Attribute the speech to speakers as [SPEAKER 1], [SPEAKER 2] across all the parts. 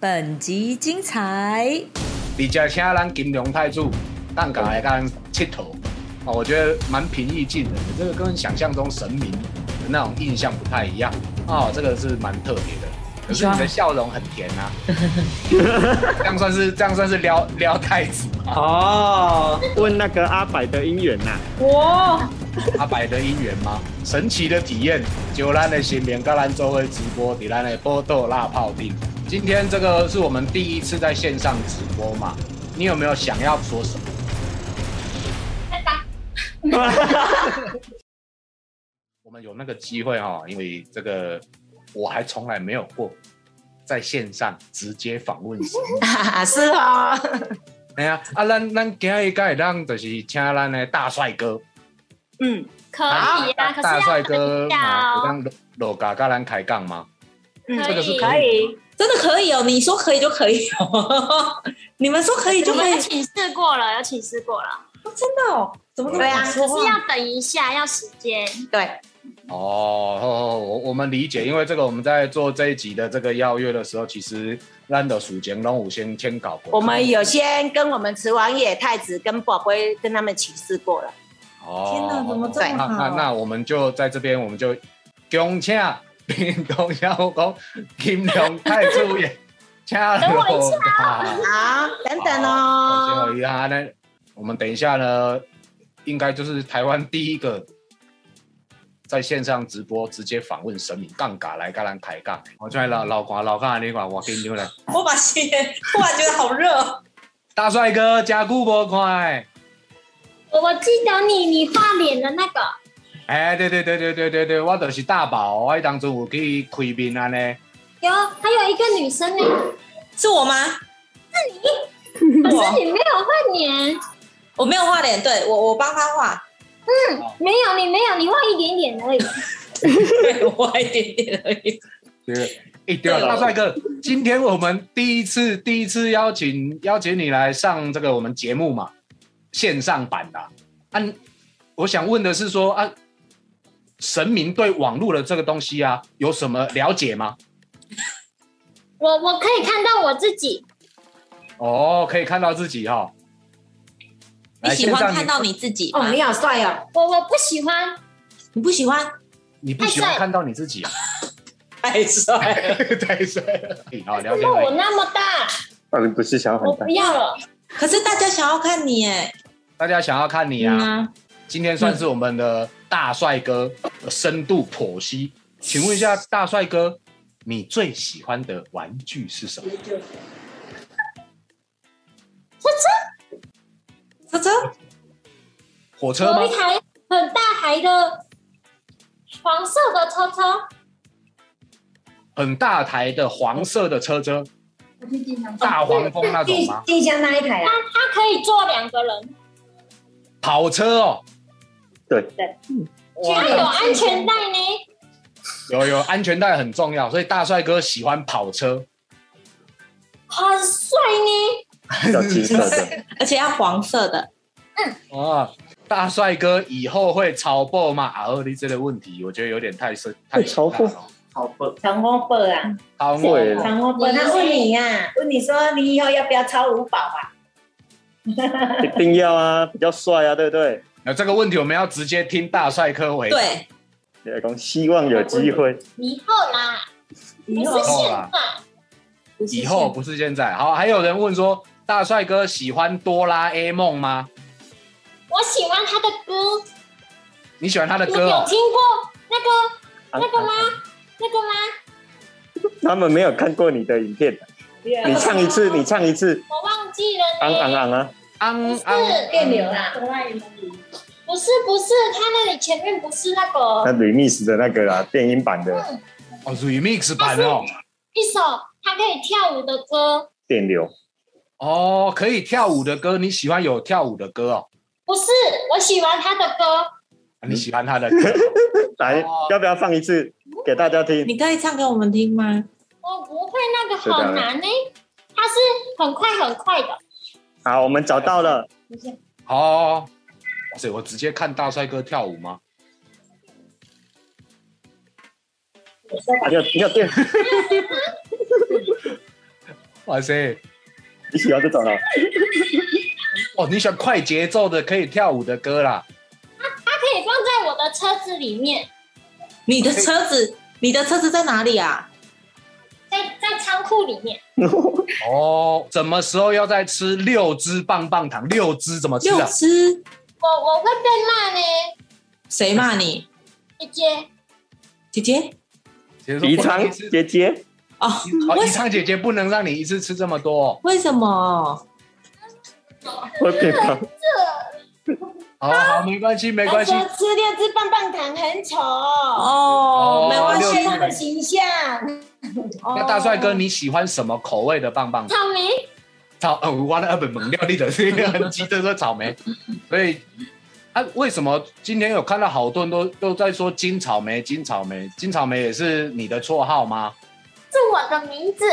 [SPEAKER 1] 本集精彩。
[SPEAKER 2] 你家请咱金融泰铢，蛋港来干切头，哦，我觉得蛮平易近人的，这个跟想象中神明的那种印象不太一样，哦，这个是蛮特别的。可是你的笑容很甜啊，这样算是这样算是撩撩太子吗？
[SPEAKER 3] 哦，问那个阿百的姻缘呐、
[SPEAKER 4] 哇，
[SPEAKER 2] 阿百啊的姻缘吗？神奇的体验，就咱的新棉跟咱周会直播，抵咱的波豆辣泡定。今天这个是我们第一次在线上直播嘛？你有没有想要说什么？我们有那个机会哈、因为这个我还从来没有过在线上直接访问 神明。
[SPEAKER 5] 啊，是哦，
[SPEAKER 2] 哎呀，啊，咱咱今日该让就是请咱的大帅哥，
[SPEAKER 4] 嗯，
[SPEAKER 6] 可以啊，
[SPEAKER 2] 大
[SPEAKER 6] 哦可是
[SPEAKER 2] 大
[SPEAKER 6] 要
[SPEAKER 2] 帅哥
[SPEAKER 6] 等一下
[SPEAKER 2] 嘛，
[SPEAKER 6] 哦，
[SPEAKER 2] 让老嘎跟咱开杠吗？
[SPEAKER 5] 嗯
[SPEAKER 2] 这个是
[SPEAKER 6] 可
[SPEAKER 2] 可
[SPEAKER 6] 以。
[SPEAKER 2] 以
[SPEAKER 5] 真的可以哦，你说可以就可以 哦，你们说可以就
[SPEAKER 6] 我
[SPEAKER 5] 可
[SPEAKER 6] 们
[SPEAKER 5] 以，
[SPEAKER 6] 有请示过了，有请示过了，
[SPEAKER 5] 哎真的哦，怎么这
[SPEAKER 6] 对
[SPEAKER 5] 么
[SPEAKER 6] 啊，
[SPEAKER 5] 好说
[SPEAKER 6] 可是
[SPEAKER 5] 话？
[SPEAKER 6] 要等一下，要时间。
[SPEAKER 5] 对，
[SPEAKER 2] 哦，好好好我我们理解，因为这个我们在做这一集的这个邀约的时候，其实咱的属前拢有先签稿过。
[SPEAKER 5] 我们有先跟我们慈王爷、太子跟宝贝跟他们请示过了，
[SPEAKER 2] 哦，
[SPEAKER 5] 天哪怎么这么
[SPEAKER 2] 那那
[SPEAKER 5] 好
[SPEAKER 2] 那我们就在这边，我们就恭请屏东小公金龙太主演，请
[SPEAKER 6] 等我一
[SPEAKER 2] 下。
[SPEAKER 1] 啊
[SPEAKER 5] 好，等等哦，
[SPEAKER 2] 一下呢，我们等一下呢，应该就是台湾第一个在线上直播直接访问神明杠杆来跟咱开杠。我出来老老瓜老干你瓜，我跟你来，
[SPEAKER 5] 我把心突然觉得好热哦，
[SPEAKER 2] 大帅哥加固波快。
[SPEAKER 6] 我我记得你你画脸的那个，
[SPEAKER 2] 哎、对对对对对对对，我就是大宝，我当初有去开面安尼。
[SPEAKER 6] 有还有一个女生呢，
[SPEAKER 5] 是我吗？
[SPEAKER 6] 可是你没有画脸，
[SPEAKER 1] 我没有画脸，对我我帮他画，
[SPEAKER 6] 没有你没有，你画一点点而已。
[SPEAKER 1] 对我画一点点 而已。
[SPEAKER 2] 对，哎，对了，大帅哥，今天我们第一次第一次邀请邀请你来上这个我们节目嘛，线上版的啊。啊我想问的是说啊，神明对网络的这个东西啊，有什么了解吗？
[SPEAKER 6] 我我可以看到我自己，
[SPEAKER 2] 哦，可以看到自己哈、哦。
[SPEAKER 1] 你
[SPEAKER 2] 来
[SPEAKER 1] 喜欢
[SPEAKER 2] 线上
[SPEAKER 1] 看到你自己吗
[SPEAKER 5] 哦，你好帅哦，
[SPEAKER 6] 我我不喜欢，
[SPEAKER 1] 你不喜欢？
[SPEAKER 2] 你不喜欢
[SPEAKER 6] 太帅
[SPEAKER 2] 看到你自己啊？
[SPEAKER 5] 太帅了，
[SPEAKER 2] 太帅了，哎好了
[SPEAKER 6] 为
[SPEAKER 2] 解
[SPEAKER 6] 什么
[SPEAKER 2] 了
[SPEAKER 6] 我
[SPEAKER 2] 解。
[SPEAKER 6] 那么大？
[SPEAKER 3] 啊，你不是想
[SPEAKER 6] 我
[SPEAKER 3] 很大
[SPEAKER 6] 不？要了，
[SPEAKER 1] 可是大家想要看你哎，
[SPEAKER 2] 大家想要看你啊，
[SPEAKER 1] 嗯啊，
[SPEAKER 2] 今天算是我们的大帅哥的深度剖析。请问一下，大帅哥，你最喜欢的玩具是什么？
[SPEAKER 1] 车车，
[SPEAKER 2] 火车吗
[SPEAKER 6] 有一？台很大台的黄色的车车，
[SPEAKER 2] 很大台的黄色的车车，
[SPEAKER 6] 我去经常
[SPEAKER 2] 大黄蜂那种
[SPEAKER 5] 地
[SPEAKER 2] 吗？
[SPEAKER 5] 地下那一台啊，
[SPEAKER 6] 它可以坐两个人，
[SPEAKER 2] 跑车哦，
[SPEAKER 3] 对，
[SPEAKER 6] 它有安全带呢。
[SPEAKER 2] 有有安全带很重要，所以大帅哥喜欢跑车。
[SPEAKER 6] 很帅呢，
[SPEAKER 3] 比较金 色的，
[SPEAKER 1] 而且要黄色的，
[SPEAKER 2] 哇，啊大帅哥以后会超爆吗？啊，二弟这个问题，我觉得有点太深，太
[SPEAKER 3] 会超过
[SPEAKER 2] 深了哦
[SPEAKER 3] 好笨，
[SPEAKER 5] 长风伯啊。
[SPEAKER 2] 超过
[SPEAKER 3] 会
[SPEAKER 5] 长活伯，他问你呀、问你说你以后要不要超五宝啊？
[SPEAKER 3] 一定要啊，比较帅啊，对不对？
[SPEAKER 2] 那这个问题我们要直接听大帅哥回答。
[SPEAKER 1] 对，
[SPEAKER 3] 你来讲，希望有机会，
[SPEAKER 6] 以后啦，不
[SPEAKER 5] 以
[SPEAKER 6] 是
[SPEAKER 5] 后
[SPEAKER 6] 现在，
[SPEAKER 2] 以后不是现在。好，还有人问说，大帅哥喜欢哆啦 A 梦吗？
[SPEAKER 6] 我喜欢他的歌，
[SPEAKER 2] 你喜欢他的
[SPEAKER 6] 你
[SPEAKER 2] 歌
[SPEAKER 6] 有
[SPEAKER 2] 哦？
[SPEAKER 6] 听过那个 那个吗？那个吗？
[SPEAKER 3] 他们没有看过你的影片，你唱一 次，你唱一次，
[SPEAKER 6] 我忘记
[SPEAKER 3] 昂昂
[SPEAKER 6] 了呢。
[SPEAKER 3] 昂啊！
[SPEAKER 2] 昂
[SPEAKER 6] 不
[SPEAKER 2] 昂，
[SPEAKER 6] 是
[SPEAKER 5] 电流啦，
[SPEAKER 6] 不是不是，他那里前面不是那
[SPEAKER 3] 那
[SPEAKER 6] 个
[SPEAKER 3] remix 的那个啦，电音版的
[SPEAKER 2] 哦，remix 版哦，
[SPEAKER 6] 一首他可以跳舞的歌，
[SPEAKER 3] 电流，
[SPEAKER 2] 哦，可以跳舞的歌，你喜欢有跳舞的歌哦？
[SPEAKER 6] 不是我喜欢他的歌，
[SPEAKER 2] 啊
[SPEAKER 3] 嗯
[SPEAKER 2] 你喜欢他的 歌？
[SPEAKER 3] 来
[SPEAKER 2] 哦，
[SPEAKER 3] 要不要放一次给大家听？
[SPEAKER 1] 你可以唱给我们听吗？
[SPEAKER 6] 我哦不会那个好难呢，它是很快很快的，
[SPEAKER 3] 好，我们找到 了，
[SPEAKER 2] 哦，哇塞，我直接看大帅哥跳舞吗？
[SPEAKER 3] 啊要要电，
[SPEAKER 2] 哇塞！
[SPEAKER 3] 你喜欢这种 啊？
[SPEAKER 2] 哦，你喜欢快节奏的可以跳舞的歌啦？
[SPEAKER 6] 它可以放在我的车子里面，
[SPEAKER 1] 你的车子，你的车子在哪里啊？
[SPEAKER 6] 在在仓库里面，
[SPEAKER 2] 哦，什么时候要再吃六支棒棒糖？六支怎么吃
[SPEAKER 1] 六
[SPEAKER 2] 啊？
[SPEAKER 1] 只，
[SPEAKER 6] 我我会被骂呢，
[SPEAKER 1] 谁骂你？
[SPEAKER 6] 姐姐。
[SPEAKER 1] 姐姐？
[SPEAKER 2] 姐姐说
[SPEAKER 3] 宜
[SPEAKER 2] 不能
[SPEAKER 3] 昌
[SPEAKER 2] 一次
[SPEAKER 3] 姐姐，
[SPEAKER 1] 哦，
[SPEAKER 2] 哦，
[SPEAKER 1] 为
[SPEAKER 2] 宜
[SPEAKER 1] 什
[SPEAKER 2] 昌姐姐不能让你一次吃这么多哦
[SPEAKER 1] 为什么？
[SPEAKER 3] 会变胖。
[SPEAKER 2] 哦。好好，没关系，没关系
[SPEAKER 5] 他。说吃六支棒棒糖很丑，
[SPEAKER 1] 哦，没关
[SPEAKER 2] 六
[SPEAKER 1] 系
[SPEAKER 2] 只
[SPEAKER 5] 是他的形象。
[SPEAKER 2] 那大帅哥，你喜欢什么口味的棒棒糖？
[SPEAKER 6] 草莓，
[SPEAKER 2] 草，呃，我那本猛料理的是一个很急着说草莓，所以啊，为什么今天有看到好多人都都在说金草莓？金草莓，金草莓也是你的绰号吗？
[SPEAKER 6] 是我的名字，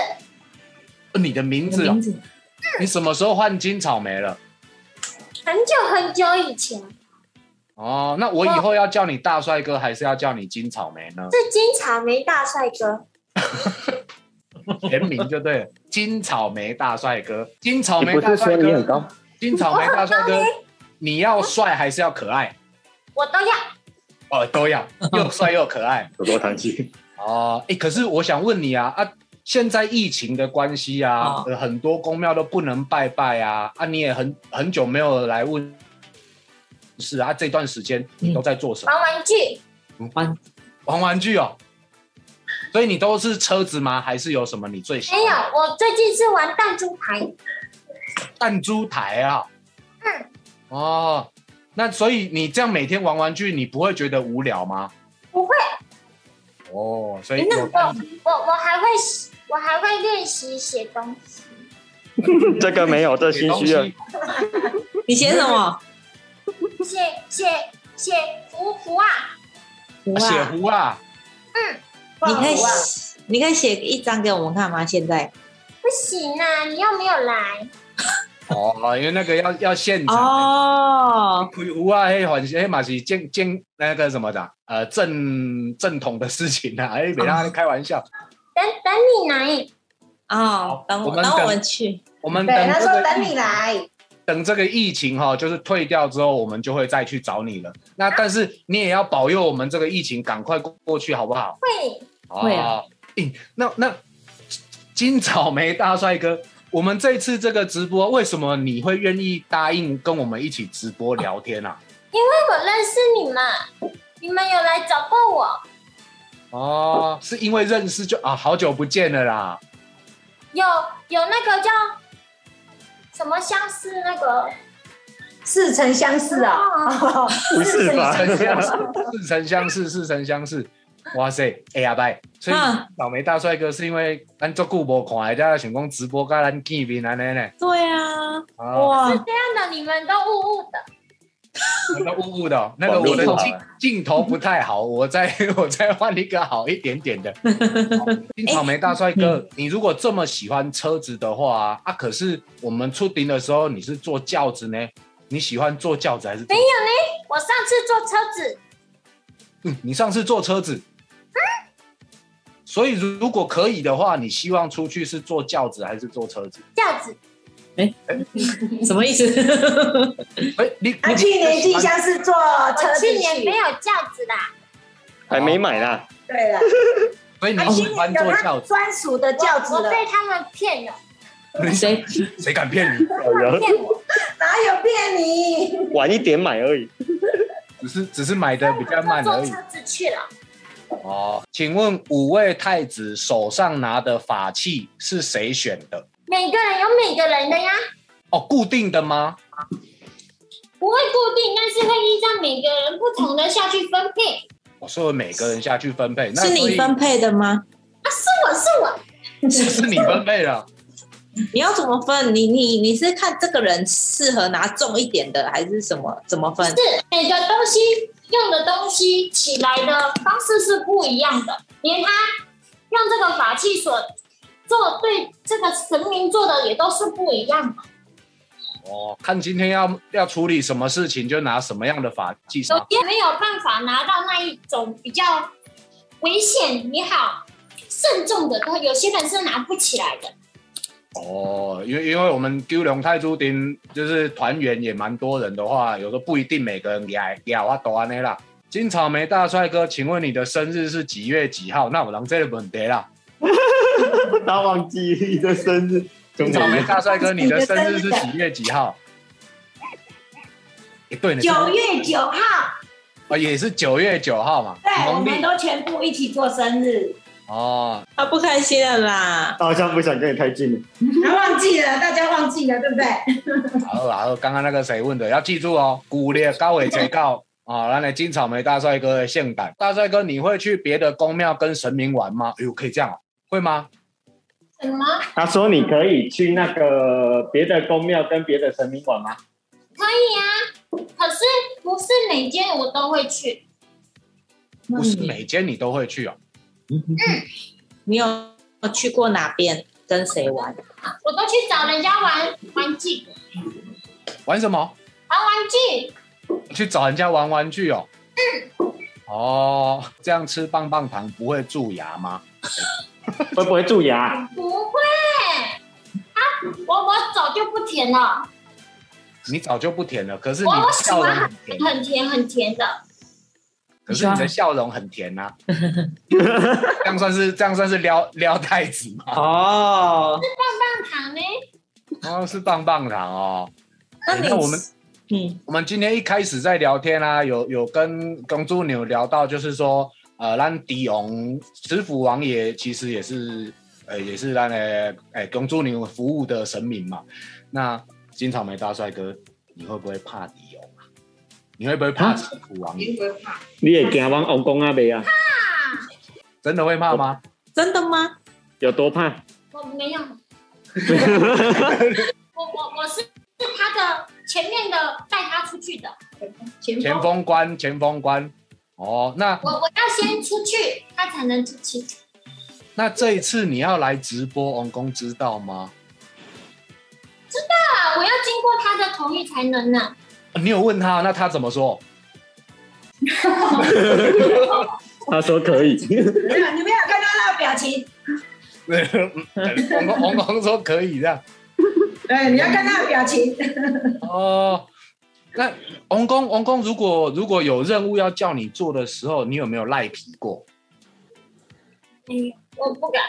[SPEAKER 2] 呃你的名
[SPEAKER 1] 你
[SPEAKER 2] 字、
[SPEAKER 1] 的
[SPEAKER 2] 哦
[SPEAKER 1] 名？字。
[SPEAKER 2] 你什么时候换金草莓了？
[SPEAKER 6] 很久很久以前
[SPEAKER 2] 哦，那我以后要叫你大帅哥，还是要叫你金草莓 呢？
[SPEAKER 6] 是金草莓大帅哥，
[SPEAKER 2] 全名就对了，金草莓大帅哥，金草
[SPEAKER 3] 你
[SPEAKER 2] 莓
[SPEAKER 3] 不
[SPEAKER 2] 大
[SPEAKER 3] 是说
[SPEAKER 2] 帅
[SPEAKER 3] 你很
[SPEAKER 2] 哥，
[SPEAKER 3] 高？
[SPEAKER 2] 金草莓大帅哥，你要帅还是要可爱？
[SPEAKER 6] 我都要。
[SPEAKER 2] 哦，都要，又帅又可爱。
[SPEAKER 3] 有多糖气？
[SPEAKER 2] 哦，哎、可是我想问你啊啊，现在疫情的关系啊，
[SPEAKER 1] 哦
[SPEAKER 2] 呃很多公庙都不能拜拜啊啊，你也很很久没有来问，是啊，这段时间你都在做什么？
[SPEAKER 6] 玩玩具，
[SPEAKER 1] 玩
[SPEAKER 2] 玩玩具哦，所以你都是车子吗？还是有什么你最喜欢
[SPEAKER 6] 没
[SPEAKER 2] 的？
[SPEAKER 6] 有，我最近是玩弹珠台，
[SPEAKER 2] 弹珠台啊。
[SPEAKER 6] 嗯。
[SPEAKER 2] 哦，那所以你这样每天玩玩具，你不会觉得无聊吗？
[SPEAKER 6] 不会。
[SPEAKER 2] 哦，所以
[SPEAKER 6] 那
[SPEAKER 2] 有
[SPEAKER 6] 我我我还会写，我还会练习写东西，
[SPEAKER 3] 这个没有，这
[SPEAKER 2] 写
[SPEAKER 3] 心
[SPEAKER 2] 东
[SPEAKER 3] 虚了。
[SPEAKER 2] 西。
[SPEAKER 1] 你写什么？
[SPEAKER 6] 写写写符符啊，
[SPEAKER 1] 不
[SPEAKER 2] 啊写
[SPEAKER 1] 啊，
[SPEAKER 2] 胡啊，
[SPEAKER 1] 你可以
[SPEAKER 5] 哇，
[SPEAKER 1] 写，你可以写一张给我们看吗？现在
[SPEAKER 6] 不行啊，你又没有来，
[SPEAKER 2] 哦，因为那个要要现场的。
[SPEAKER 1] 哦，
[SPEAKER 2] 胡啊，黑环黑马是健健那个什么的，呃，正正统的事情啊， 哎，别让他开玩
[SPEAKER 5] 哦
[SPEAKER 2] 笑。
[SPEAKER 6] 等等你来，
[SPEAKER 1] 哦，等
[SPEAKER 2] 我
[SPEAKER 1] 我
[SPEAKER 2] 们
[SPEAKER 1] 等我
[SPEAKER 2] 等
[SPEAKER 1] 们去，
[SPEAKER 2] 我们
[SPEAKER 5] 对，
[SPEAKER 2] 等
[SPEAKER 5] 他
[SPEAKER 2] 这
[SPEAKER 5] 说
[SPEAKER 2] 个
[SPEAKER 5] 等
[SPEAKER 2] 疫
[SPEAKER 5] 你来，
[SPEAKER 2] 等这个疫情哈、就是退掉之后，我们就会再去找你了。那
[SPEAKER 5] 啊
[SPEAKER 2] 但是你也要保佑我们这个疫情赶快过过去，好不好？
[SPEAKER 6] 会
[SPEAKER 1] 会啊
[SPEAKER 2] 哦。诶那那金草莓大帅哥，我们这次这个直播，为什么你会愿意答应跟我们一起直播聊天啊？
[SPEAKER 6] 因为我认识你们，你们有来找过我，
[SPEAKER 2] 哦，是因为认识就啊，好久不见了 啦。
[SPEAKER 6] 有有那个叫什么相似那个，
[SPEAKER 5] 似曾相识啊、哦，
[SPEAKER 3] 不是吧
[SPEAKER 2] 似曾相识，似曾相识，似曾相识。哇塞，哎呀拜！所以
[SPEAKER 1] 嗯
[SPEAKER 2] 倒霉大帅哥是因为咱足久无看，人家想讲直播跟咱见面安尼呢。
[SPEAKER 1] 对啊，
[SPEAKER 2] 哦，
[SPEAKER 1] 哇，
[SPEAKER 6] 看到你们都误误的，
[SPEAKER 2] 那个雾雾的哦，那个我的
[SPEAKER 3] 网络不好
[SPEAKER 2] 镜镜头不太好，我再 我再换一个好一点点的。哦金草莓大帅哥，你如果这么喜欢车子的话啊，可是我们出庭的时候你是坐轿子呢？你喜欢坐轿子还是坐？没
[SPEAKER 6] 我上次坐车子，
[SPEAKER 2] 嗯，你上次坐车子，所以如如果可以的话，你希望出去是坐轿子还是坐车子？
[SPEAKER 6] 这样子，
[SPEAKER 1] 什么意 思？
[SPEAKER 2] 哎、你
[SPEAKER 7] 啊
[SPEAKER 2] 你、
[SPEAKER 5] 他去年进香是坐车
[SPEAKER 6] 我
[SPEAKER 5] 子
[SPEAKER 6] 去年没
[SPEAKER 5] 去，
[SPEAKER 6] 有这样子啦，
[SPEAKER 3] 还没买啦，
[SPEAKER 5] 对了，
[SPEAKER 2] 所以
[SPEAKER 5] 他
[SPEAKER 7] 啊
[SPEAKER 2] 你喜
[SPEAKER 5] 今
[SPEAKER 2] 欢
[SPEAKER 5] 年有
[SPEAKER 2] 坐
[SPEAKER 5] 他
[SPEAKER 2] 轿子，
[SPEAKER 5] 专属的轿子
[SPEAKER 6] 我
[SPEAKER 5] 了
[SPEAKER 6] 我，被他们骗了，
[SPEAKER 1] 谁？
[SPEAKER 2] 谁敢骗你？
[SPEAKER 3] 有
[SPEAKER 6] 骗我。
[SPEAKER 5] 哪有骗你？
[SPEAKER 3] 晚一点买啊而已。
[SPEAKER 2] 只是只是买的比较慢
[SPEAKER 6] 坐
[SPEAKER 2] 而已
[SPEAKER 6] 车子去了，
[SPEAKER 2] 哦。请问五位太子手上拿的法器是谁选的？
[SPEAKER 6] 每个人有每个人的呀，
[SPEAKER 2] 哦，固定的吗？
[SPEAKER 6] 不会固定，但是会依照每个人不同的下去分配。
[SPEAKER 2] 我说每个人下去分配，那
[SPEAKER 1] 是
[SPEAKER 2] 所
[SPEAKER 1] 你
[SPEAKER 2] 以
[SPEAKER 1] 分配的吗？
[SPEAKER 6] 啊，是我是我，
[SPEAKER 2] 是你分配了。
[SPEAKER 1] 你要怎么分？你你你是看这个人适合拿重一点的，还是什么？怎么分？
[SPEAKER 6] 是每个东西用的东西起来的方式是不一样的，连他用这个法器所做对这个神明做的也都是不一样的。
[SPEAKER 2] 哦，看今天要要处理什么事情，就拿什么样的法器。什么
[SPEAKER 6] 有些没有办法拿到那一种比较危险也好慎重的，都有些人是拿不起来的。
[SPEAKER 2] 哦，因为因为我们丢龙泰珠丁就是团员也蛮多人的话，有时候不一定每个人也也啊都安内啦。金草莓大帅哥，请问你的生日是几月几号？那我让这个问题啦。
[SPEAKER 3] 他忘记你的生日，
[SPEAKER 2] 金草莓大帅哥，你的生日是几月几号？诶对呢，是
[SPEAKER 7] 九月九号，
[SPEAKER 2] 哦，也是九月九号嘛，
[SPEAKER 7] 对，我
[SPEAKER 2] 农
[SPEAKER 7] 们
[SPEAKER 2] 历
[SPEAKER 7] 都全部一起过生日，
[SPEAKER 2] 哦，
[SPEAKER 1] 他啊不开心了啦。
[SPEAKER 3] 他好像不想跟你太近了。
[SPEAKER 7] 他忘记了，大家忘记了，对不对？
[SPEAKER 2] 好好好，刚刚那个谁问的，要记住哦，古列高尾垂告 啊，那你金草莓大帅哥的性感大帅哥，你会去别的宫庙跟神明玩吗？哎呦，可以这样、哦，会吗？
[SPEAKER 6] 什么
[SPEAKER 3] 他说你可以去那个别的宫庙跟别的神明玩吗？
[SPEAKER 6] 可以啊？可是不是每间我都会去，嗯
[SPEAKER 1] 那
[SPEAKER 2] 不是
[SPEAKER 1] 你
[SPEAKER 2] 每间你都会去哦，
[SPEAKER 1] 你有去过哪边跟谁玩？
[SPEAKER 6] 我都去找人家玩玩具，
[SPEAKER 2] 玩什么？
[SPEAKER 6] 玩玩具。
[SPEAKER 2] 去找人家玩玩具哦。
[SPEAKER 6] 嗯
[SPEAKER 2] 哦，这样吃棒棒糖不会蛀牙吗？
[SPEAKER 3] 会不会蛀牙？
[SPEAKER 6] 不会啊，我我早就不甜了，
[SPEAKER 2] 你早就不甜了，可是你
[SPEAKER 6] 我
[SPEAKER 2] 的
[SPEAKER 6] 我喜
[SPEAKER 2] 笑容
[SPEAKER 6] 欢
[SPEAKER 2] 很甜，
[SPEAKER 6] 很甜很甜的，
[SPEAKER 2] 可是你的笑容很甜 呐、这样算是这样算是撩撩太子吗？
[SPEAKER 1] 哦，
[SPEAKER 6] 棒糖呢？
[SPEAKER 2] 哦，是棒棒糖哦。
[SPEAKER 1] 那
[SPEAKER 2] 诶
[SPEAKER 1] 你
[SPEAKER 2] 那我们
[SPEAKER 1] 嗯，
[SPEAKER 2] 我们今天一开始在聊天啊，有有跟公主牛聊到，就是说，呃，让迪翁石府王爷其实也是，呃，也是让呃，哎，公主牛服务的神明嘛。那金草莓大帅哥，你会不会怕迪翁啊？你会不会怕石府王
[SPEAKER 1] 啊
[SPEAKER 2] 爷？
[SPEAKER 3] 你也惊往王公阿伯啊？
[SPEAKER 2] 真的会怕吗？
[SPEAKER 1] 真的吗？
[SPEAKER 3] 有多怕？
[SPEAKER 6] 我没有，我我我是是他的前面的带他出去的，
[SPEAKER 7] 前
[SPEAKER 2] 前
[SPEAKER 7] 锋，
[SPEAKER 2] 锋官，前锋官。哦，那
[SPEAKER 6] 我我要先出去，他才能出去。
[SPEAKER 2] 那这一次你要来直播，王公知道吗？
[SPEAKER 6] 啊，我要经过他的同意才能呢。
[SPEAKER 2] 你有问他，那他怎么说？
[SPEAKER 3] 他说可以，
[SPEAKER 7] 没有，你没有看到他的表情，
[SPEAKER 2] 王公王公说可以这样。
[SPEAKER 7] 对，你要看他的表情，
[SPEAKER 2] 哦，那王公王公，如果如果有任务要叫你做的时候，你有没有赖皮过？
[SPEAKER 6] 我不敢，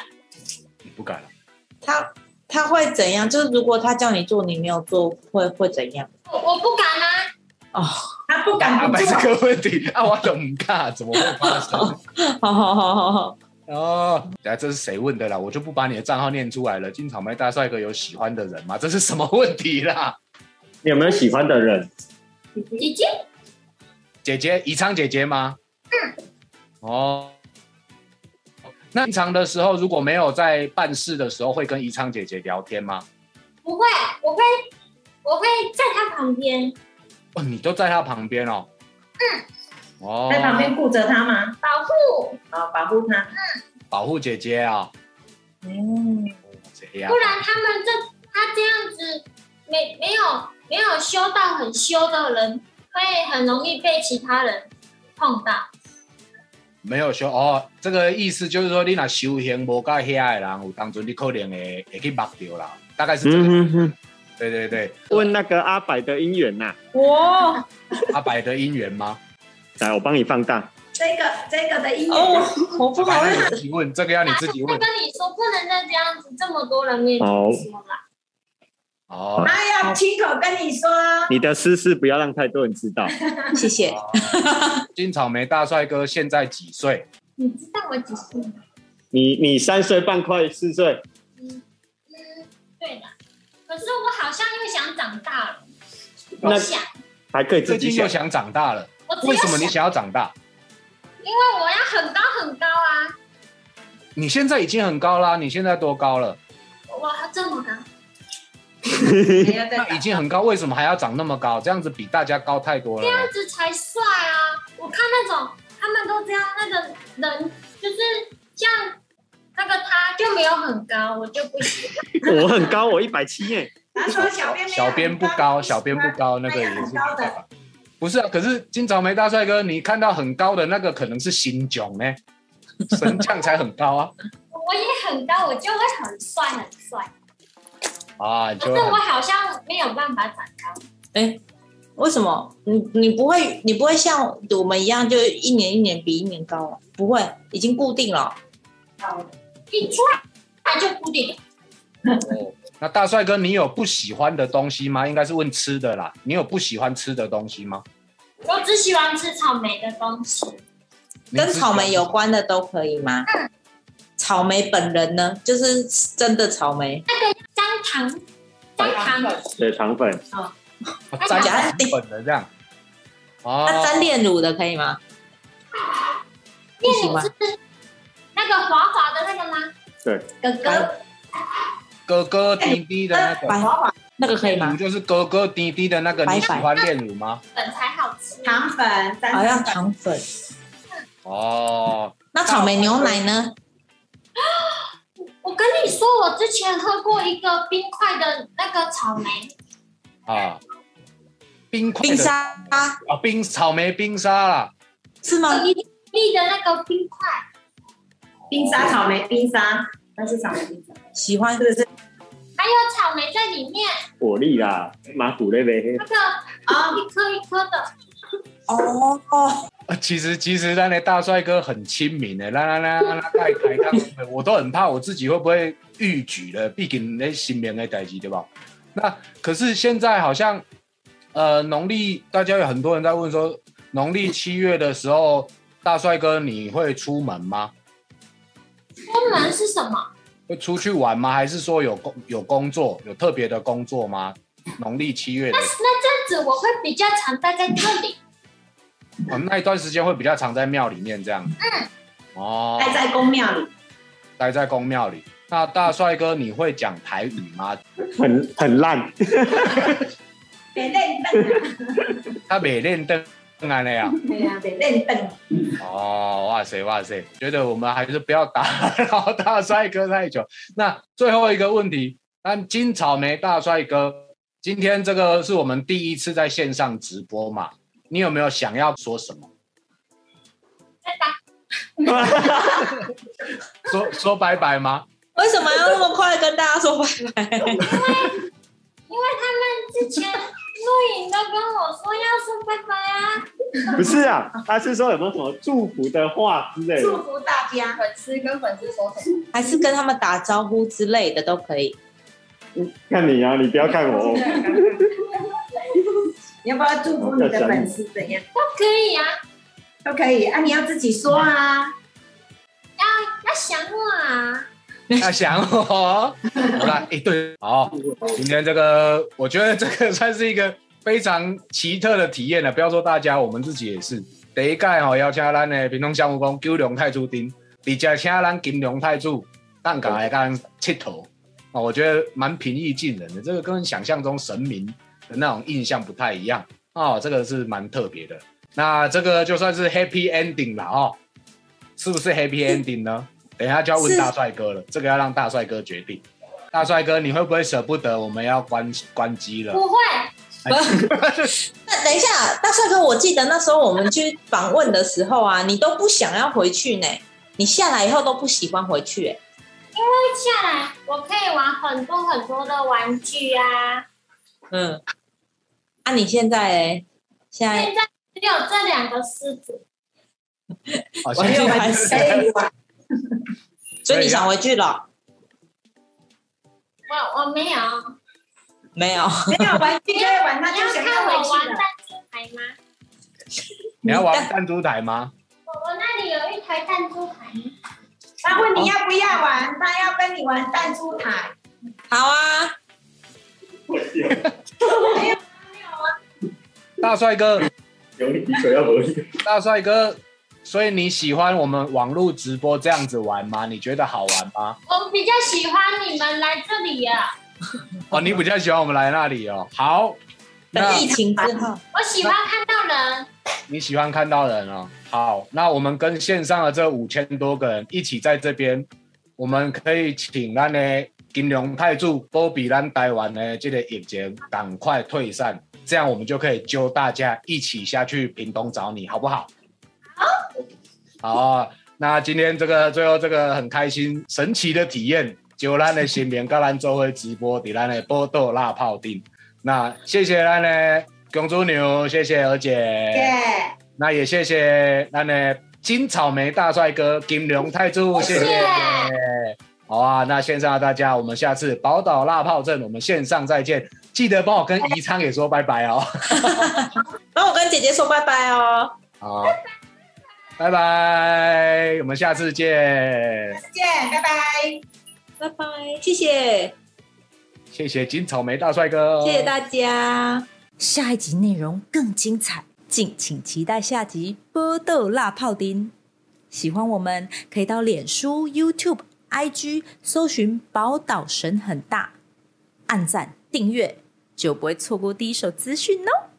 [SPEAKER 2] 你不敢了。啊
[SPEAKER 1] 他他会怎样？就是如果他叫你做，你没有做，会会怎样？
[SPEAKER 6] 我我不敢
[SPEAKER 1] 哦，
[SPEAKER 6] 啊！
[SPEAKER 7] 他不敢
[SPEAKER 2] 啊，
[SPEAKER 7] 不
[SPEAKER 2] 没
[SPEAKER 7] 做，
[SPEAKER 2] 这个问题啊，我怎么看？怎么会发生？
[SPEAKER 1] 好好好好好，
[SPEAKER 2] 哦，哎，这是谁问的啦？我就不把你的账号念出来了。金草莓大帅哥有喜欢的人吗？这是什么问题啦？
[SPEAKER 3] 你有没有喜欢的人？
[SPEAKER 2] 嗯
[SPEAKER 6] 姐姐，
[SPEAKER 2] 姐姐，宜昌姐姐吗？嗯。哦。那平常的时候，如果没有在办事的时候，会跟宜昌姐姐聊天吗？
[SPEAKER 6] 不会，我会我会在他旁边
[SPEAKER 2] 哦，你都在她旁边哦。嗯。哦。
[SPEAKER 7] 在旁边顾着他吗？
[SPEAKER 6] 保护，
[SPEAKER 7] 啊，保护他，
[SPEAKER 2] 保护姐姐啊、
[SPEAKER 1] 嗯，
[SPEAKER 2] 这样
[SPEAKER 6] 不然他们这他这样子没没有没有修到很修的人，会很容易被其他人碰到。
[SPEAKER 2] 没有修哦。这个意思就是说，你若修行无到遐的人，有当中你可能会会去目掉啦，大概是这个。
[SPEAKER 3] 嗯哼哼，
[SPEAKER 2] 对对对，
[SPEAKER 3] 问那个阿柏的姻缘呐、
[SPEAKER 4] 我
[SPEAKER 2] 阿白的啊姻缘吗？
[SPEAKER 3] 来，我帮你放大。
[SPEAKER 7] 这个这个的姻缘，
[SPEAKER 1] 哦，我不
[SPEAKER 2] 阿
[SPEAKER 1] 好
[SPEAKER 2] 白，
[SPEAKER 1] 意思，
[SPEAKER 2] 那啊你自己问，这个要你自己
[SPEAKER 6] 他
[SPEAKER 2] 问。
[SPEAKER 6] 跟你说不能再这样子，这么多人面前
[SPEAKER 3] 好
[SPEAKER 6] 说啦。
[SPEAKER 2] 哦，
[SPEAKER 7] 他要亲口跟你说，
[SPEAKER 3] 你的私事不要让太多人知道。
[SPEAKER 1] 谢谢。
[SPEAKER 2] 金草莓大帅哥现在几岁？
[SPEAKER 6] 你知道我几岁吗？
[SPEAKER 3] 你你三岁半快四岁，
[SPEAKER 6] 嗯，对啦。可是我好像又想长大了，
[SPEAKER 3] 那
[SPEAKER 6] 我想，
[SPEAKER 3] 还可以自
[SPEAKER 2] 最
[SPEAKER 3] 己
[SPEAKER 2] 近又
[SPEAKER 3] 想。
[SPEAKER 2] 想长大了，
[SPEAKER 6] 我只
[SPEAKER 2] 为
[SPEAKER 6] 有
[SPEAKER 2] 什
[SPEAKER 6] 想，
[SPEAKER 2] 么你想要长大？
[SPEAKER 6] 因为我要很高很高啊，
[SPEAKER 2] 你现在已经很高啦，你现在多高了？
[SPEAKER 6] 我要这么高。
[SPEAKER 7] 你要
[SPEAKER 2] 那已经很高，为什么还要长那么高？这样子比大家高太多了
[SPEAKER 6] 这
[SPEAKER 2] 呢。
[SPEAKER 6] 样子才帅啊！我看那种他们都这样，那个人就是像那个他就没有很高，我就不喜欢。
[SPEAKER 3] 我很高，我一百七耶。
[SPEAKER 7] 他说小编没有
[SPEAKER 2] 小编不
[SPEAKER 1] 啊
[SPEAKER 2] 高，小编不高，那
[SPEAKER 7] 他
[SPEAKER 2] 个也
[SPEAKER 7] 要
[SPEAKER 2] 是没
[SPEAKER 7] 很高
[SPEAKER 2] 办
[SPEAKER 7] 的，
[SPEAKER 2] 法。不是啊，可是金草莓大帅哥，你看到很高的那个，可能是新囧 呢，神将才很高啊。
[SPEAKER 6] 我也很高，我就会很帅很帅。
[SPEAKER 2] 啊，你
[SPEAKER 6] 可
[SPEAKER 2] 就是会
[SPEAKER 6] 我
[SPEAKER 2] 很
[SPEAKER 6] 好像没有办法展开。
[SPEAKER 1] 哎，为什么你你不会你不会像我们一样，就一年一年比一年高啊？不会，已经固定了。哦
[SPEAKER 6] 一出来它就固定了。
[SPEAKER 2] 那大帅哥，你有不喜欢的东西吗？应该是问吃的啦。你有不喜欢吃的东西吗？
[SPEAKER 6] 我只喜欢吃草莓的东西，
[SPEAKER 2] 你啊
[SPEAKER 1] 跟
[SPEAKER 2] 只喜
[SPEAKER 1] 草
[SPEAKER 2] 欢
[SPEAKER 1] 莓有关的都可以吗？草莓本人呢，就是真的草莓，
[SPEAKER 6] 姜糖，姜糖，
[SPEAKER 3] 对糖粉，
[SPEAKER 2] 哦沾
[SPEAKER 1] 假的
[SPEAKER 2] 粉的这样。哦，
[SPEAKER 1] 那沾炼乳的可以吗？不行
[SPEAKER 6] 炼乳
[SPEAKER 1] 吗
[SPEAKER 6] 是那个滑滑的那个吗？
[SPEAKER 7] 哥哥，
[SPEAKER 2] 哥哥滴滴的那
[SPEAKER 1] 哎白
[SPEAKER 2] 个
[SPEAKER 1] 那个可以
[SPEAKER 2] 炼乳，
[SPEAKER 1] 吗？
[SPEAKER 2] 就是哥哥滴滴的那个，
[SPEAKER 1] 白
[SPEAKER 2] 你喜欢炼乳吗？
[SPEAKER 6] 粉才好吃。
[SPEAKER 7] 糖粉，
[SPEAKER 1] 好
[SPEAKER 7] 三
[SPEAKER 1] 像糖
[SPEAKER 7] 糖粉，
[SPEAKER 1] 粉。
[SPEAKER 2] 哦，
[SPEAKER 1] 那草莓牛奶呢？
[SPEAKER 6] 我跟你说，我之前喝过一个冰块的那个草莓，
[SPEAKER 2] 啊，冰块的
[SPEAKER 1] 冰沙啊
[SPEAKER 2] 啊，冰草莓冰沙啦。
[SPEAKER 1] 是
[SPEAKER 4] 啊
[SPEAKER 1] 吗？
[SPEAKER 6] 一粒的那个冰块，
[SPEAKER 7] 冰沙草莓冰沙，那是草莓冰沙，
[SPEAKER 1] 喜欢
[SPEAKER 7] 是不是？
[SPEAKER 6] 还有草莓在里面，
[SPEAKER 3] 果粒啦，马古类呗
[SPEAKER 6] 那，个
[SPEAKER 7] 啊，
[SPEAKER 6] 一颗一颗的，
[SPEAKER 1] 哦哦，
[SPEAKER 2] 啊其实其实那那大帅哥很亲民的，啦啦啦啦啦，太抬杠了，我都很怕我自己会不会逾矩了，毕竟那新面的代志对吧？那可是现在好像，呃，农历大家有很多人在问说，农历七月的时候，大帅哥你会出门吗？
[SPEAKER 6] 出门是什么？
[SPEAKER 2] 会出去玩吗？还是说有工有工作有特别的工作吗？农历七月的
[SPEAKER 6] 那
[SPEAKER 2] 时
[SPEAKER 6] 那这样子我会比较常待在这里，
[SPEAKER 2] 候、哦那一段时间会比较常在庙里面这样。嗯。哦。
[SPEAKER 7] 待在公庙里，
[SPEAKER 2] 待在公庙里。那大帅哥，你会讲台语吗？
[SPEAKER 3] 很很烂，
[SPEAKER 7] 别练凳，
[SPEAKER 2] 他每练灯啊那样。
[SPEAKER 7] 对呀，别练凳，
[SPEAKER 2] 哦，哇塞哇塞，觉得我们还是不要打扰大帅哥太久。那最后一个问题，那金草莓大帅哥，今天这个是我们第一次在线上直播嘛？你有没有想要说什么？
[SPEAKER 6] 拜拜。
[SPEAKER 2] 说说拜拜吗？
[SPEAKER 1] 为什么要那么快跟大家说拜拜？
[SPEAKER 6] 因为他们之前录影都跟我说要说拜拜 啊，
[SPEAKER 3] 不是啊，他是说有没有什么祝福的话之类
[SPEAKER 7] 祝
[SPEAKER 3] 的，
[SPEAKER 7] 福大家，
[SPEAKER 4] 粉丝跟粉丝说什么？
[SPEAKER 1] 还是跟他们打招呼之类的都可以。
[SPEAKER 3] 看你啊，你不要看我哦，
[SPEAKER 7] 你要不要祝福你的粉丝怎样？
[SPEAKER 6] 都可以啊，
[SPEAKER 7] 都可以啊，你要自己说啊，
[SPEAKER 6] 要要想我啊，
[SPEAKER 2] 要想我哦，好啦，一对，好，今天这个我觉得这个算是一个非常奇特的体验啊了。不要说大家，我们自己也是。第一届哦吼邀请咱的屏东项目工九龙太子丁，而且请咱金龙太子蛋港来跟切头哦，我觉得蛮平易近人的。这个跟想象中神明的那种印象不太一样哦，这个是蛮特别的。那这个就算是 happy ending 了哦，是不是 happy ending 呢？等一下就要问
[SPEAKER 1] 是
[SPEAKER 2] 大帅哥了，这个要让大帅哥决定。大帅哥，你会不会舍不得我们要关关机了？
[SPEAKER 6] 不会，
[SPEAKER 1] 那等一下，大帅哥，我记得那时候我们去访问的时候啊，你都不想要回去呢，你下来以后都不喜欢回去、哎，
[SPEAKER 6] 接下来我可以玩很多很多的玩具啊，
[SPEAKER 1] 嗯，啊，你现在嘞？现
[SPEAKER 4] 哎
[SPEAKER 1] 在
[SPEAKER 6] 现在只有这两个狮子，
[SPEAKER 2] 好，
[SPEAKER 1] 我没有关系
[SPEAKER 7] 可以玩，
[SPEAKER 1] 所以你想回去了？
[SPEAKER 6] 我我没有，
[SPEAKER 1] 没有，
[SPEAKER 7] 没有玩具就会玩，
[SPEAKER 6] 你
[SPEAKER 7] 他就
[SPEAKER 6] 要
[SPEAKER 7] 想
[SPEAKER 6] 看我
[SPEAKER 7] 要回
[SPEAKER 6] 玩
[SPEAKER 7] 去了
[SPEAKER 6] 弹。珠台吗？
[SPEAKER 2] 你要玩弹珠台吗？
[SPEAKER 6] 我我那里有一台弹珠台，
[SPEAKER 7] 他问你要不要玩，他要跟你玩弹珠台，
[SPEAKER 1] 好啊，
[SPEAKER 2] 大帅哥，
[SPEAKER 3] 有你手要合力，
[SPEAKER 2] 大帅哥，所以你喜欢我们网络直播这样子玩吗？你觉得好玩吗？
[SPEAKER 6] 我比较喜欢你们来这里啊呀、
[SPEAKER 2] 哦，你比较喜欢我们来那里哦。好，那
[SPEAKER 1] 等疫情之后，
[SPEAKER 6] 我喜欢看到人，
[SPEAKER 2] 你喜欢看到人哦。好，那我们跟线上的这五千多个人一起在这边，我们可以请咱的金融泰助波比咱台湾的这个疫情赶快退散，这样我们就可以揪大家一起下去屏东找你，好不好？好，好啊。那今天这个最后这个很开心神奇的体验，就咱的新闻，甲咱做伙直播，伫咱的报道辣泡顶。那谢谢咱的公主牛，谢谢娥姐，
[SPEAKER 7] 耶，
[SPEAKER 2] 那也谢谢咱的金草莓大帅哥金龙泰柱，谢
[SPEAKER 6] 谢
[SPEAKER 2] 谢。好啊，那线上的大家，我们下次宝岛辣炮阵，我们线上再见。记得帮我跟宜昌也说拜拜哦。
[SPEAKER 8] 然后我跟姐姐说拜拜哦。
[SPEAKER 2] 好，拜拜，我们下次见。
[SPEAKER 7] 再见，拜拜。
[SPEAKER 8] 拜拜，谢谢，
[SPEAKER 2] 谢谢金草莓大帅哥，
[SPEAKER 8] 谢谢大家，
[SPEAKER 1] 下一集内容更精彩，敬请期待下集《波豆辣泡丁》。喜欢我们可以到脸书、YouTube、IG 搜寻“宝岛神很大”，按赞订阅就不会错过第一手资讯哦。